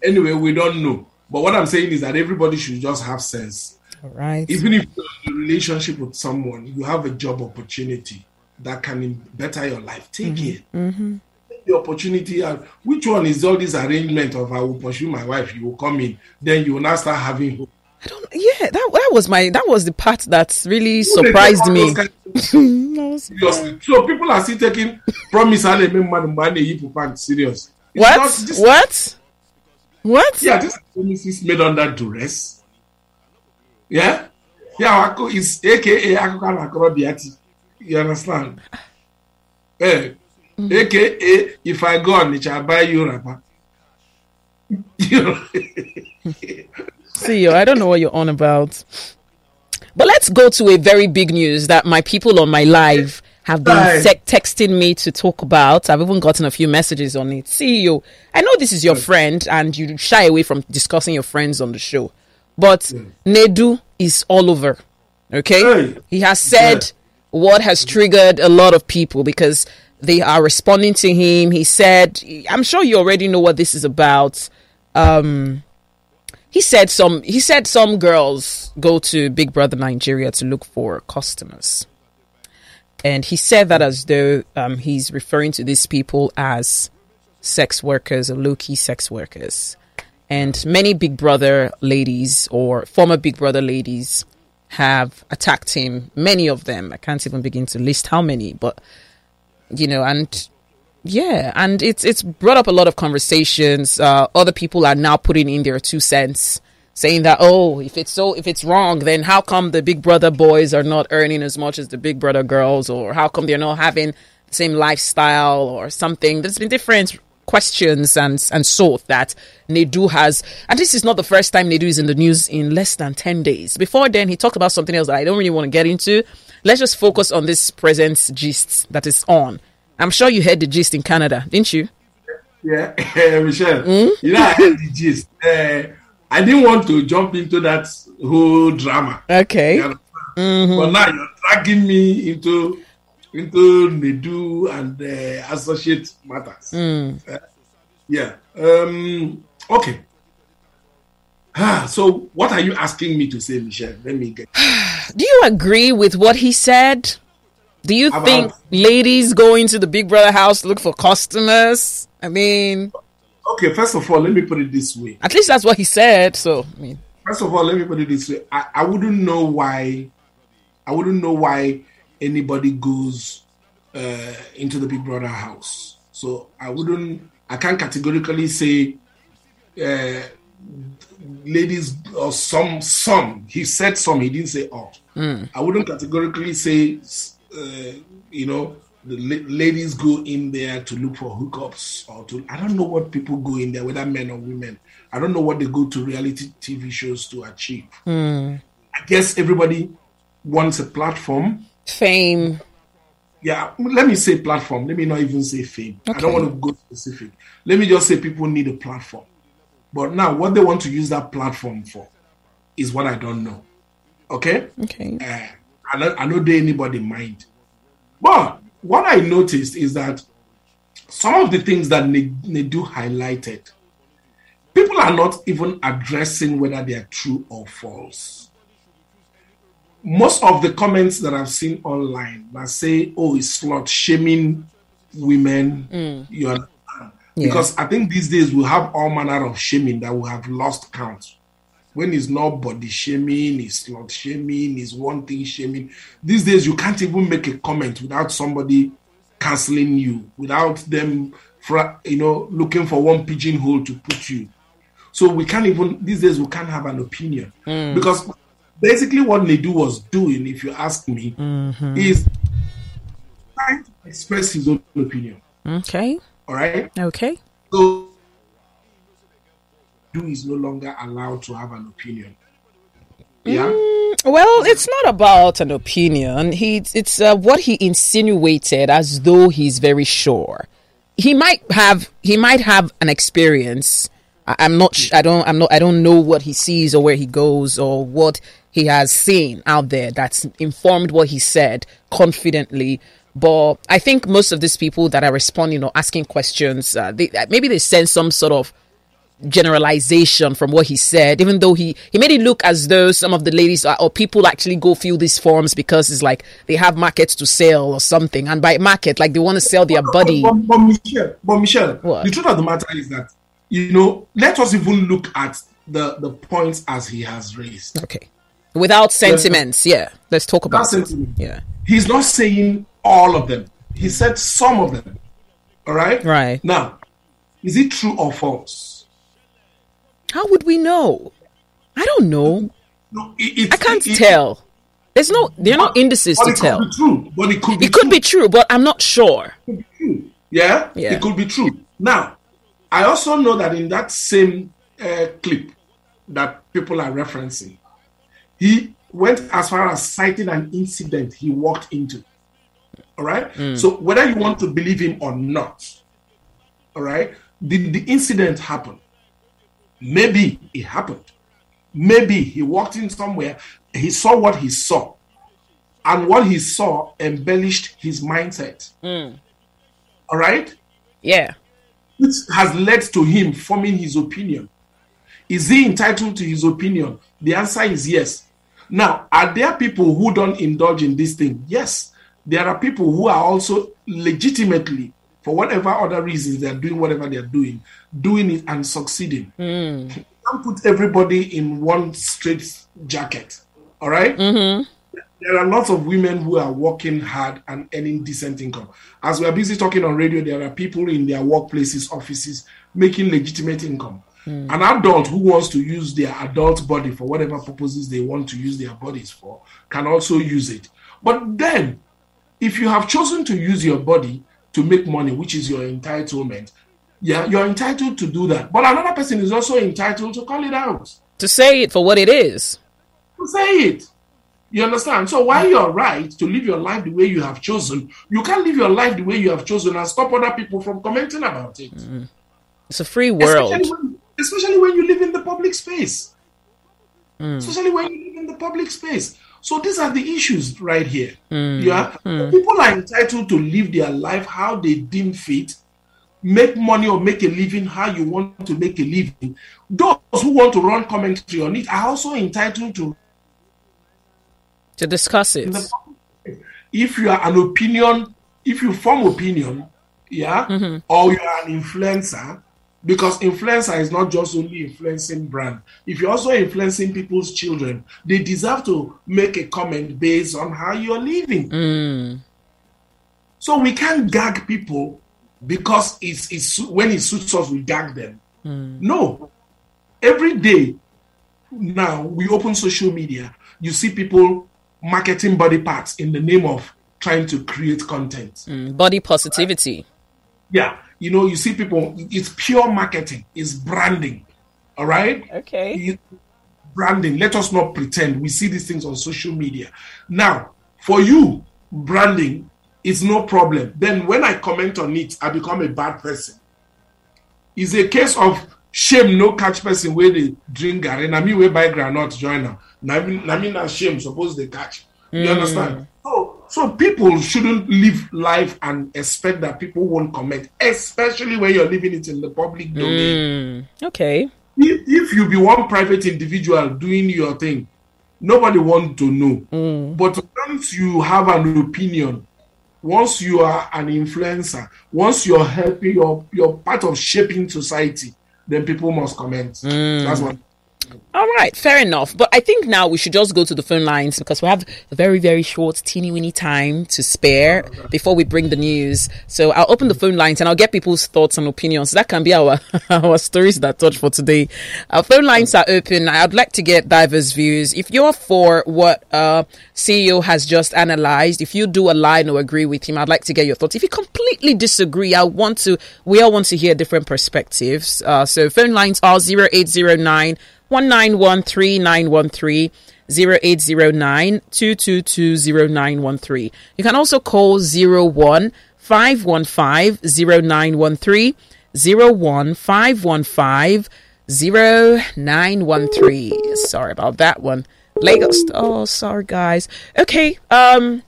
S4: Anyway, we don't know. But what I'm saying is that everybody should just have sense.
S3: All right.
S4: Even if you're in a relationship with someone, you have a job opportunity that can im- better your life. Take
S3: Mm-hmm.
S4: it. Take the opportunity. And which one is all this arrangement of I will pursue my wife, you will come in, then you will now start having hope.
S3: I don't. Yeah. That that was my that was the part that really
S4: Who dey take
S3: surprised
S4: all
S3: me.
S4: those kind of
S3: I was-
S4: seriously. So people are still taking promise and a man man man a hippo pants serious. It's
S3: What?
S4: not- this-
S3: What? What?
S4: Yeah, this promise is made under duress. Yeah, yeah. Wako is AKA Akokana Akorobiati. You understand? Eh,
S3: Mm.
S4: AKA if I go on, it shall buy you rapper. You know?
S3: See you. I don't know what you're on about. But let's go to a very big news that my people on my live have been
S4: Right.
S3: sec- texting me to talk about. I've even gotten a few messages on it. See you. I know this is your friend and you shy away from discussing your friends on the show. But Nedu is all over. Okay?
S4: Hey.
S3: He has said what has triggered a lot of people because they are responding to him. He said, I'm sure you already know what this is about Um, he said some he said some girls go to Big Brother Nigeria to look for customers. And he said that as though um, he's referring to these people as sex workers or low key sex workers. And many Big Brother ladies or former Big Brother ladies have attacked him. Many of them. I can't even begin to list how many, but you know, and yeah, and it's it's brought up a lot of conversations. Uh, other people are now putting in their two cents, saying that oh, if it's so, if it's wrong, then how come the Big Brother boys are not earning as much as the Big Brother girls, or how come they're not having the same lifestyle or something? There's been different questions and and sort that Nedu has, and this is not the first time Nedu is in the news in less than ten days. Before then, he talked about something else that I don't really want to get into. Let's just focus on this present gist that is on. I'm sure you heard the gist in Canada, didn't you?
S4: Yeah, eh, Michelle.
S3: Hmm?
S4: You know, I heard the gist. Uh, I didn't want to jump into that whole drama.
S3: Okay.
S4: You understand? But now you're dragging me into into Nedu and uh, associate matters. Uh, yeah. Um, okay. Ah, so what are you asking me to say, Michelle? Let me get.
S3: Do you agree with what he said? Do you
S4: About-
S3: think ladies go into the Big Brother house look for customers? I mean,
S4: Okay, first of all, let me put it this way.
S3: at least that's what he said. So, I mean,
S4: First of all, let me put it this way. I, I wouldn't know why I wouldn't know why anybody goes uh, into the Big Brother house. So I wouldn't I can't categorically say uh, ladies or some some he said some he didn't say all. I wouldn't categorically say uh, you know the la- ladies go in there to look for hookups or to I don't know what people go in there whether men or women. I don't know what they go to reality TV shows to achieve. I guess everybody wants a platform.
S3: fame.
S4: Yeah, let me say platform. Let me not even say fame. I don't want to go specific. Let me just say people need a platform. But now, what they want to use that platform for is what I don't know. Okay?
S3: Okay.
S4: Uh, I, don't, I don't dare anybody mind. But what I noticed is that some of the things that Ne- Nedu highlighted, people are not even addressing whether they are true or false. Most of the comments that I've seen online that say, oh, it's slut shaming women, you understand? Because I think these days we have all manner of shaming that we have lost count when it's not body shaming, it's not shaming, it's one thing shaming. These days, you can't even make a comment without somebody canceling you, without them, fra- you know, looking for one pigeonhole to put you. So we can't even these days we can't have an opinion because basically what Nedu was doing, if you ask me, is trying to express his own opinion.
S3: Okay.
S4: All right,
S3: Okay.
S4: so Nedu is no longer allowed to have an opinion. Yeah.
S3: Mm, Well, it's not about an opinion. He, it's uh, what he insinuated as though he's very sure. He might have, he might have an experience. I, I'm not, sh- I don't, I'm not, I don't know what he sees or where he goes or what he has seen out there that's informed what he said confidently. But I think most of these people that are responding or asking questions, uh, they, maybe they sense some sort of generalization from what he said, even though he he made it look as though some of the ladies are, or people actually go fill these forms because it's like they have markets to sell or something, and by market like they want to sell their body.
S4: But, but Michelle, but Michelle
S3: What?
S4: the truth of the matter is that, you know, let us even look at the, the points as he has raised.
S3: Okay, without sentiments, yeah. Let's talk about
S4: That's
S3: it.
S4: sentiment.
S3: Yeah,
S4: He's not saying all of them. He said some of them. All right?
S3: Right.
S4: Now, is it true or false?
S3: how would we know? I don't know.
S4: No, it, it,
S3: I can't
S4: it- it-
S3: tell. There's no there are no indices
S4: But
S3: to
S4: it could
S3: tell.
S4: be true. But it could be
S3: It could
S4: true.
S3: be true, but I'm not sure.
S4: true. Yeah?
S3: Yeah.
S4: It could be true. Now, I also know that in that same uh, clip that people are referencing, he went as far as citing an incident he walked into. All right? So, whether you want to believe him or not, all right, did the incident happen? Maybe it happened. Maybe he walked in somewhere, he saw what he saw, and what he saw embellished his mindset all right,
S3: Yeah.
S4: which has led to him forming his opinion. Is he entitled to his opinion? The answer is yes. Now, are there people who don't indulge in this thing? Yes. There are people who are also legitimately, for whatever other reasons, they're doing whatever they're doing, doing it and succeeding. You can't put everybody in one straight jacket. All right? There are lots of women who are working hard and earning decent income. As we are busy talking on radio, there are people in their workplaces, offices, making legitimate income. An adult who wants to use their adult body for whatever purposes they want to use their bodies for can also use it. But then, if you have chosen to use your body to make money, which is your entitlement, yeah, you're entitled to do that. But another person is also entitled to call it out
S3: To say it for what it is.
S4: to say it. You understand? So while you're right to live your life the way you have chosen, you can't live your life the way you have chosen and stop other people from commenting about it.
S3: It's a free world.
S4: Especially, when, especially when you live in the public space. Especially when you live in the public space. So these are the issues right here. Yeah. People are entitled to live their life how they deem fit, make money or make a living how you want to make a living. Those who want to run commentary on it are also entitled to
S3: to discuss it.
S4: if you are an opinion, if you form opinion, yeah, or you are an influencer, because influencer is not just only influencing brand. If you're also influencing people's children, they deserve to make a comment based on how you're living. So we can't gag people because it's, it's when it suits us, we gag them. No, every day now we open social media you see people marketing body parts in the name of trying to create content
S3: Body positivity.
S4: yeah you know you see people it's pure marketing it's branding all right
S3: Okay.
S4: you- branding. Let us not pretend we see these things on social media. Now, for you, branding is no problem. Then when I comment on it, I become a bad person. It's a case of shame, no catch person where they drink garri. Na me we buy granite join now. Na me na me na shame suppose they catch. You understand? So so people shouldn't live life and expect that people won't comment, especially when you're living it in the public domain
S3: Okay.
S4: if, if you be one private individual doing your thing, nobody want to know.
S3: Mm.
S4: But once you have an opinion, once you are an influencer, once you're helping, you're, you're part of shaping society, then people must comment.
S3: Mm.
S4: That's what.
S3: All right, fair enough. But I think now we should just go to the phone lines because we have a very, very short, teeny weeny time to spare before we bring the news. So I'll open the phone lines and I'll get people's thoughts and opinions. That can be our our stories that touch for today. Our phone lines are open. I'd like to get diverse views. If you're for what uh, CEO has just analyzed, if you do align or agree with him, I'd like to get your thoughts. If you completely disagree, I want to. We all want to hear different perspectives. Uh, so phone lines are zero eight zero nine. 1913 0809 222 You can also call 01 515 0913 01 515 0913. Sorry about that one. Lagos. Oh, sorry, guys. Okay. Um,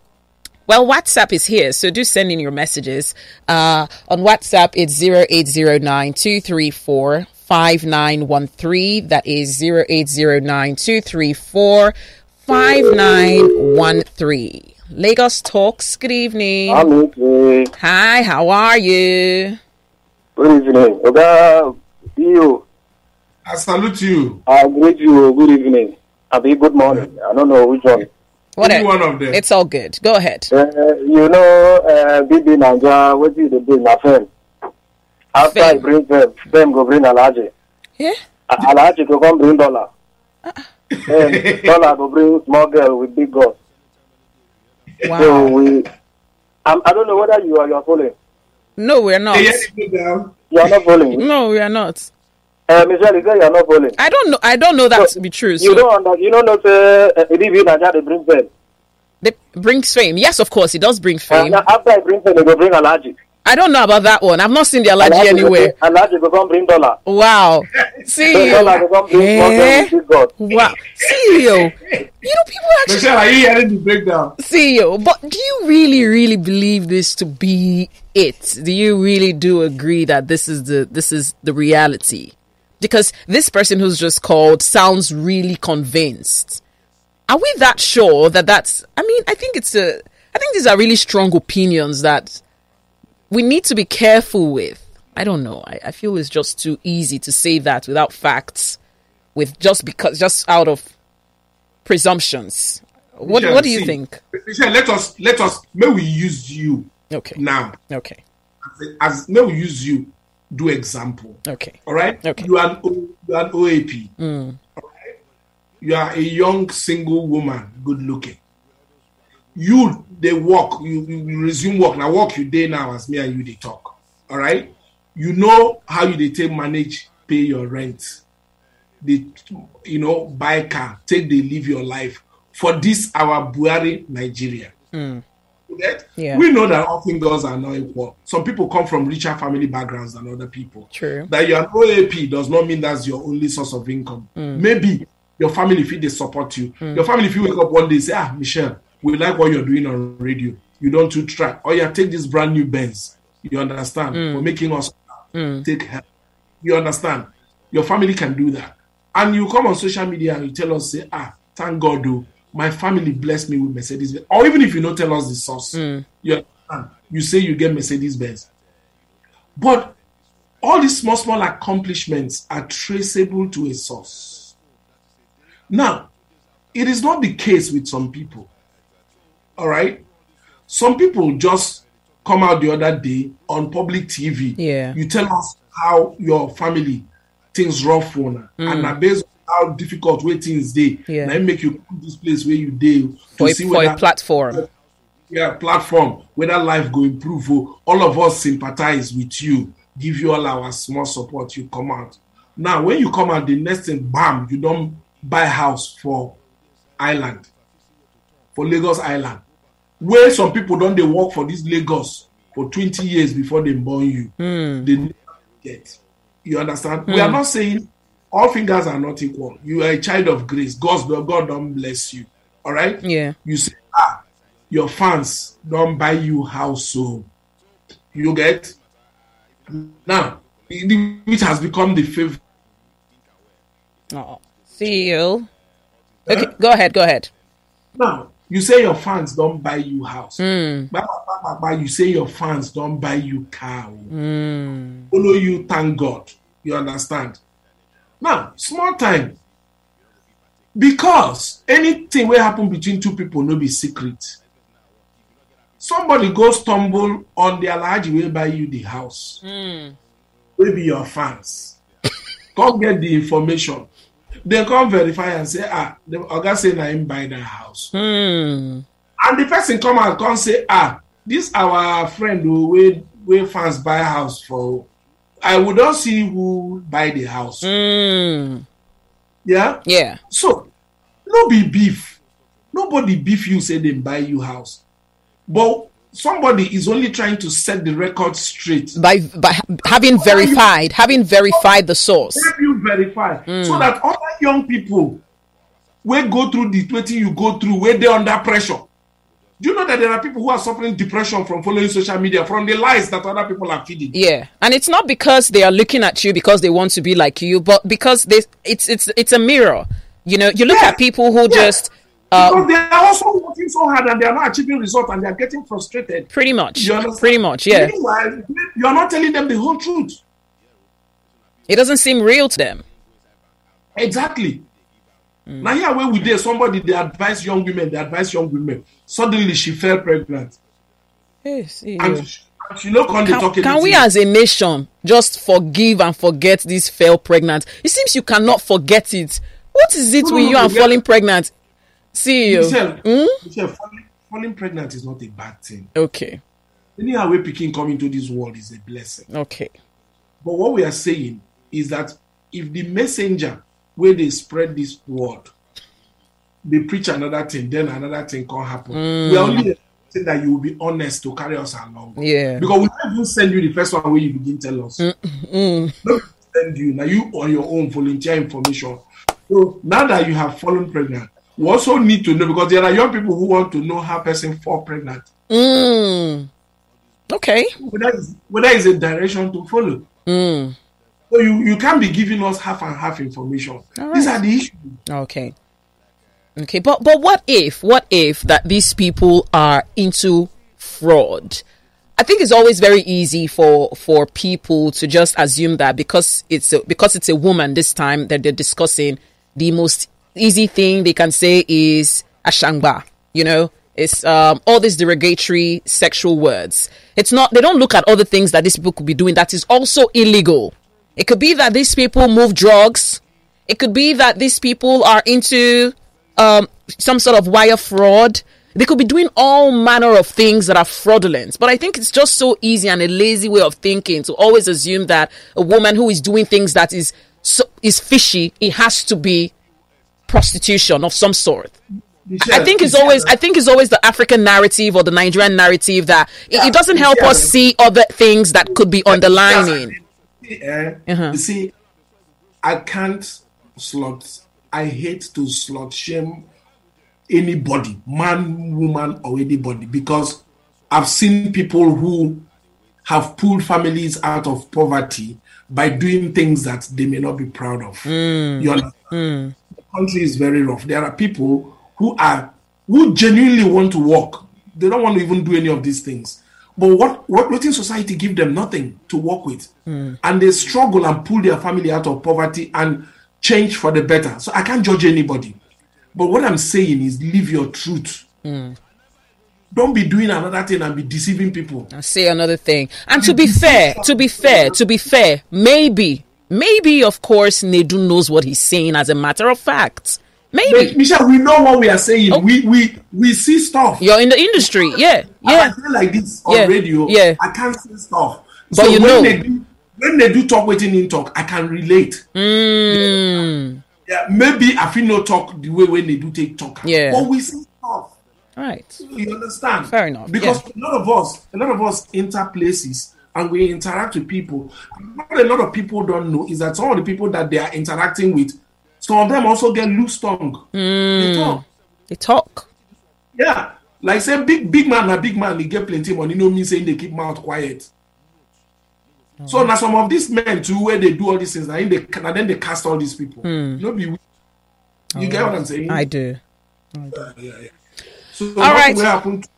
S3: well, WhatsApp is here, so do send in your messages. Uh, on WhatsApp, it's 0809 234 5913. That is 0809 234 5913. Lagos Talks, good evening.
S2: I'm okay.
S3: Hi, how are you?
S2: uh, Good evening. Oga, you,
S4: I salute you.
S2: I greet you. Good evening. I mean, good morning. I don't know which one.
S4: Any one of them.
S3: It's all good. Go ahead.
S2: Uh, you know, uh, BB Naija, what is the big my friend? After I
S3: Fame.
S2: bring them, them go bring Alaji.
S3: Yeah?
S2: Alaji go come bring dollar.
S3: Ah.
S2: Then dollar go bring small girl with big girl. So
S3: Wow.
S2: we, I'm, I don't know whether you are you are following.
S3: No, we're not.
S4: Hey, anything down?
S2: You are not following.
S3: No, we are not.
S2: Uh, Michelle, you say you are not following.
S3: I don't know. I don't know that to be true.
S2: You
S3: Ah, So
S2: don't under, you don't know say uh, BB Naija they bring them.
S3: it brings fame. Yes, of course, it does bring
S2: And
S3: fame.
S4: Uh,
S2: after I bring them, they go bring Alaji.
S3: I don't know about that one. I've not seen the allergy anywhere.
S2: And now they go come bring dollar.
S3: Wow. See you.
S2: Dollar go come bring small girl
S3: Eh?
S2: with big God.
S3: Wow. See you. You know, people actually
S4: Michelle, are you hearing the breakdown?
S3: see you. E But do you really, really believe this to be it? Do you really do agree that this is the this is the reality? Because this person who's just called sounds really convinced. Are we that sure that that's? I mean, I think it's a. I think these are really strong opinions that we need to be careful with. I don't know. I, I feel it's just too easy to say that without facts, with just because just out of presumptions. What
S4: Michelle,
S3: What do you
S4: see,
S3: think?
S4: Michelle, let us let us may we use you
S3: Okay.
S4: now
S3: Okay.
S4: as, as may we use you do example.
S3: Okay.
S4: All right.
S3: Okay. Mm.
S4: You are an, O- you are an OAP. All right. You are a young single woman, good looking. You they work. You, you you resume work now. Work you day now as me and you they talk. All right. You know how you they take manage pay your rent. They you know buy car take they live your life for this our Buhari Nigeria. Right?
S3: Mm. Yeah.
S4: We know that often girls are not equal. Some people come from richer family backgrounds than other people
S3: True.
S4: that you're an OAP does not mean that's your only source of income. Maybe your family if they support you. Your family if you wake up one day say, Ah, Michelle, we like what you're doing on radio. You don't too try. Or you take this brand new Benz. You understand? For making us take help. You understand? Your family can do that. And you come on social media and you tell us, say, ah, thank God, though, my family blessed me with Mercedes Benz. Or even if you don't tell us the source, you understand? You say you get Mercedes Benz. But all these small, small accomplishments are traceable to a source. Now, it is not the case with some people. All right? Some people just come out the other day on public TV.
S3: Yeah.
S4: You tell us how your family things rough for una, and na based on how difficult way things dey.
S3: Mm. Yeah.
S4: Na im make you come this place where you dey to
S3: For a,
S4: see
S3: for a
S4: whether
S3: platform.
S4: yeah, platform whether life go improve o all of us sympathize with you give you all our small support you come out now when you come out the next thing bam you don buy house for island for lagos island where some people don dey work for this lagos for twenty years before dem born you they never get you understand we are not saying all fingers are not equal you are a child of grace god god don bless you all right
S3: Yeah.
S4: you say ah your fans don buy you house o you get now the- the- which has become the favourite
S3: Oh. See you. Okay. Go ahead. Go ahead.
S4: now you say your fans don buy you house gbagbagbagba you say your fans don buy you car o follow you thank god you understand now small time because anything wey happen between two people no be secret somebody go stumble on the alhaji wey buy you the house wey be your fans come get the information dem come verify am say ah the oga say na him buy that house
S3: Hmm.
S4: and the person come out come say ah this our friend o wey wey fans buy house for o i will don see who buy the house.
S3: Hmm.
S4: Yeah?
S3: Yeah.
S4: so no be beef nobody beef you say dem buy you house but somebody is only trying to set the record straight.
S3: By by having verified, having verified the source.
S4: help you verify
S3: Hmm.
S4: so that other young people wey go through the wetin you go through wey dey under pressure do you know that there are people who are suffering depression from following social media from the lies that other people are feeding.
S3: Yeah, and it's not because they are looking at you because they want to be like you, but because they, it's it's it's a mirror. You know, you look
S4: Yeah.
S3: at people who
S4: Yeah.
S3: just uh,
S4: because they are also working so hard and they are not achieving results and they are getting frustrated.
S3: pretty much,
S4: You understand?
S3: pretty much, yeah.
S4: meanwhile you are not telling them the whole truth.
S3: It doesn't seem real to them.
S4: Exactly.
S3: Hmm.
S4: Now here where we dey somebody dey advise young women dey advise young women suddenly she fell pregnant and she, and she no come dey
S3: Can,
S4: talk anything.
S3: can we as a nation just forgive and forget this fell pregnant? It seems you cannot forget it. What is it
S4: No, no,
S3: with
S4: no,
S3: you and
S4: forget-
S3: falling pregnant? See you.
S4: Michelle, Michelle, falling, falling pregnant is not a bad thing.
S3: Okay,
S4: Anyhow, way picking come into this world is a blessing.
S3: okay,
S4: But what we are saying is that if the messenger where they spread this word, they preach another thing, then another thing can happen. We are only saying that you will be honest to carry us along.
S3: Yeah.
S4: Because we don't even send you the first one where you begin tell us. Not send you now. You on your own volunteer information. So now that you have fallen pregnant, we also need to know because there are young people who want to know how person fall pregnant.
S3: okay.
S4: whether it's, whether it's a direction to follow.
S3: Hmm.
S4: So you, you can't be giving us half and half information. These are the issues.
S3: Okay. Okay, but but what if what if that these people are into fraud? I think it's always very easy for for people to just assume that because it's a, because it's a woman this time that they're discussing the most easy thing they can say is ashangba, you know? It's um, all these derogatory sexual words. It's not, they don't look at other things that these people could be doing that is also illegal. It could be that these people move drugs. It could be that these people are into um, some sort of wire fraud. They could be doing all manner of things that are fraudulent. But I think it's just so easy and a lazy way of thinking to always assume that a woman who is doing things that is so, is fishy, it has to be prostitution of some sort. I think it's always I think it's always the African narrative or the Nigerian narrative that it, it doesn't help us see other things that could be underlining.
S4: Uh-huh. You see, I can't slut. I hate to slut shame anybody, man, woman, or anybody, because I've seen people who have pulled families out of poverty by doing things that they may not be proud of.
S3: Hmm.
S4: Mm. You understand? Mm. The country is very rough. There are people who are who genuinely want to work. They don't want to even do any of these things. But what what waiting society give them nothing to work with, mm. and they struggle and pull their family out of poverty and change for the better. So I can't judge anybody. But what I'm saying is live your truth. Mm. Don't be doing another thing and be deceiving people.
S3: I say another thing. And to be fair, to be fair, to be fair, maybe, maybe of course Nedu knows what he's saying as a matter of fact. Maybe.
S4: Michelle, we know what we are saying. Oh. We we we see stuff.
S3: You're in the industry, yeah. Yeah.
S4: I feel like this on yeah. radio.
S3: Yeah.
S4: I can't see stuff.
S3: But so you
S4: when
S3: know
S4: they do, when they do talk waiting in talk, I can relate.
S3: Mm.
S4: Yeah. Yeah, maybe I feel no talk the way when they do take talk.
S3: Yeah.
S4: But we see stuff.
S3: Right.
S4: You understand?
S3: Fair enough.
S4: Because yeah. a lot of us, a lot of us enter places and we interact with people. What a lot of people don't know is that some of the people that they are interacting with, some of them also get loose tongue.
S3: Mm.
S4: They talk.
S3: They talk.
S4: Yeah. Like say big big man a big man, they get plenty money. No mean saying they keep mouth quiet. So now some of these men too, where they do all these things, and, they, and then they cast all these people.
S3: Mm.
S4: Nobody, you right. get what I'm saying?
S3: I do. I
S4: do. Uh, yeah, yeah. So all what right. will happen to,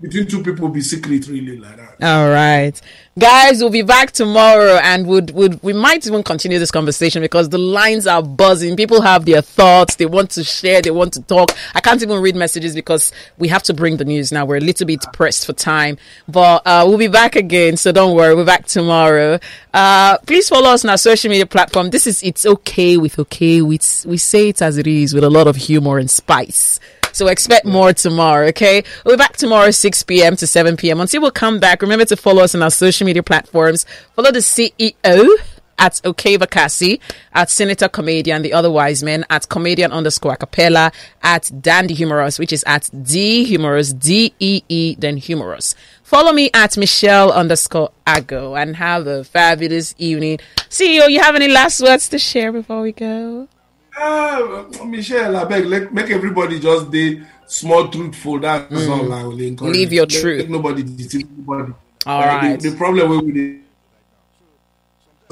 S4: between two people be secret really like that.
S3: All right, guys, we'll be back tomorrow, and would would we might even continue this conversation because the lines are buzzing. People have their thoughts, they want to share, they want to talk. I can't even read messages because we have to bring the news now. We're a little bit pressed for time, but uh, we'll be back again. So don't worry, we're back tomorrow. Uh, please follow us on our social media platform. This is it's okay with okay. We we say it as it is with a lot of humor and spice. So expect more tomorrow, okay? We'll be back tomorrow, 6 p.m. to 7 p.m. Until we'll come back, remember to follow us on our social media platforms. Follow the CEO at Okava Kasi, at Senator Comedian, the other wise men, at comedian underscore acapella, at Dandy Humorous, which is at D Humorous, D E E, then Humorous. Follow me at Michelle underscore Ago and have a fabulous evening. CEO, you have any last words to share before we go?
S4: Uh, Michelle, I beg, like, make everybody just be small, truthful. That's mm. all I will encourage.
S3: Hmm. Leave your truth.
S4: Make nobody deceive anybody.
S3: All uh, right.
S4: The, the problem with the,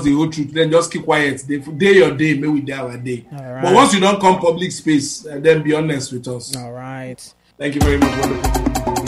S4: the whole truth, then just keep quiet. Day, day your day, maybe day our day.
S3: Right.
S4: But eh, once you don't come public space, uh, then be honest with us.
S3: All right.
S4: Thank you very much.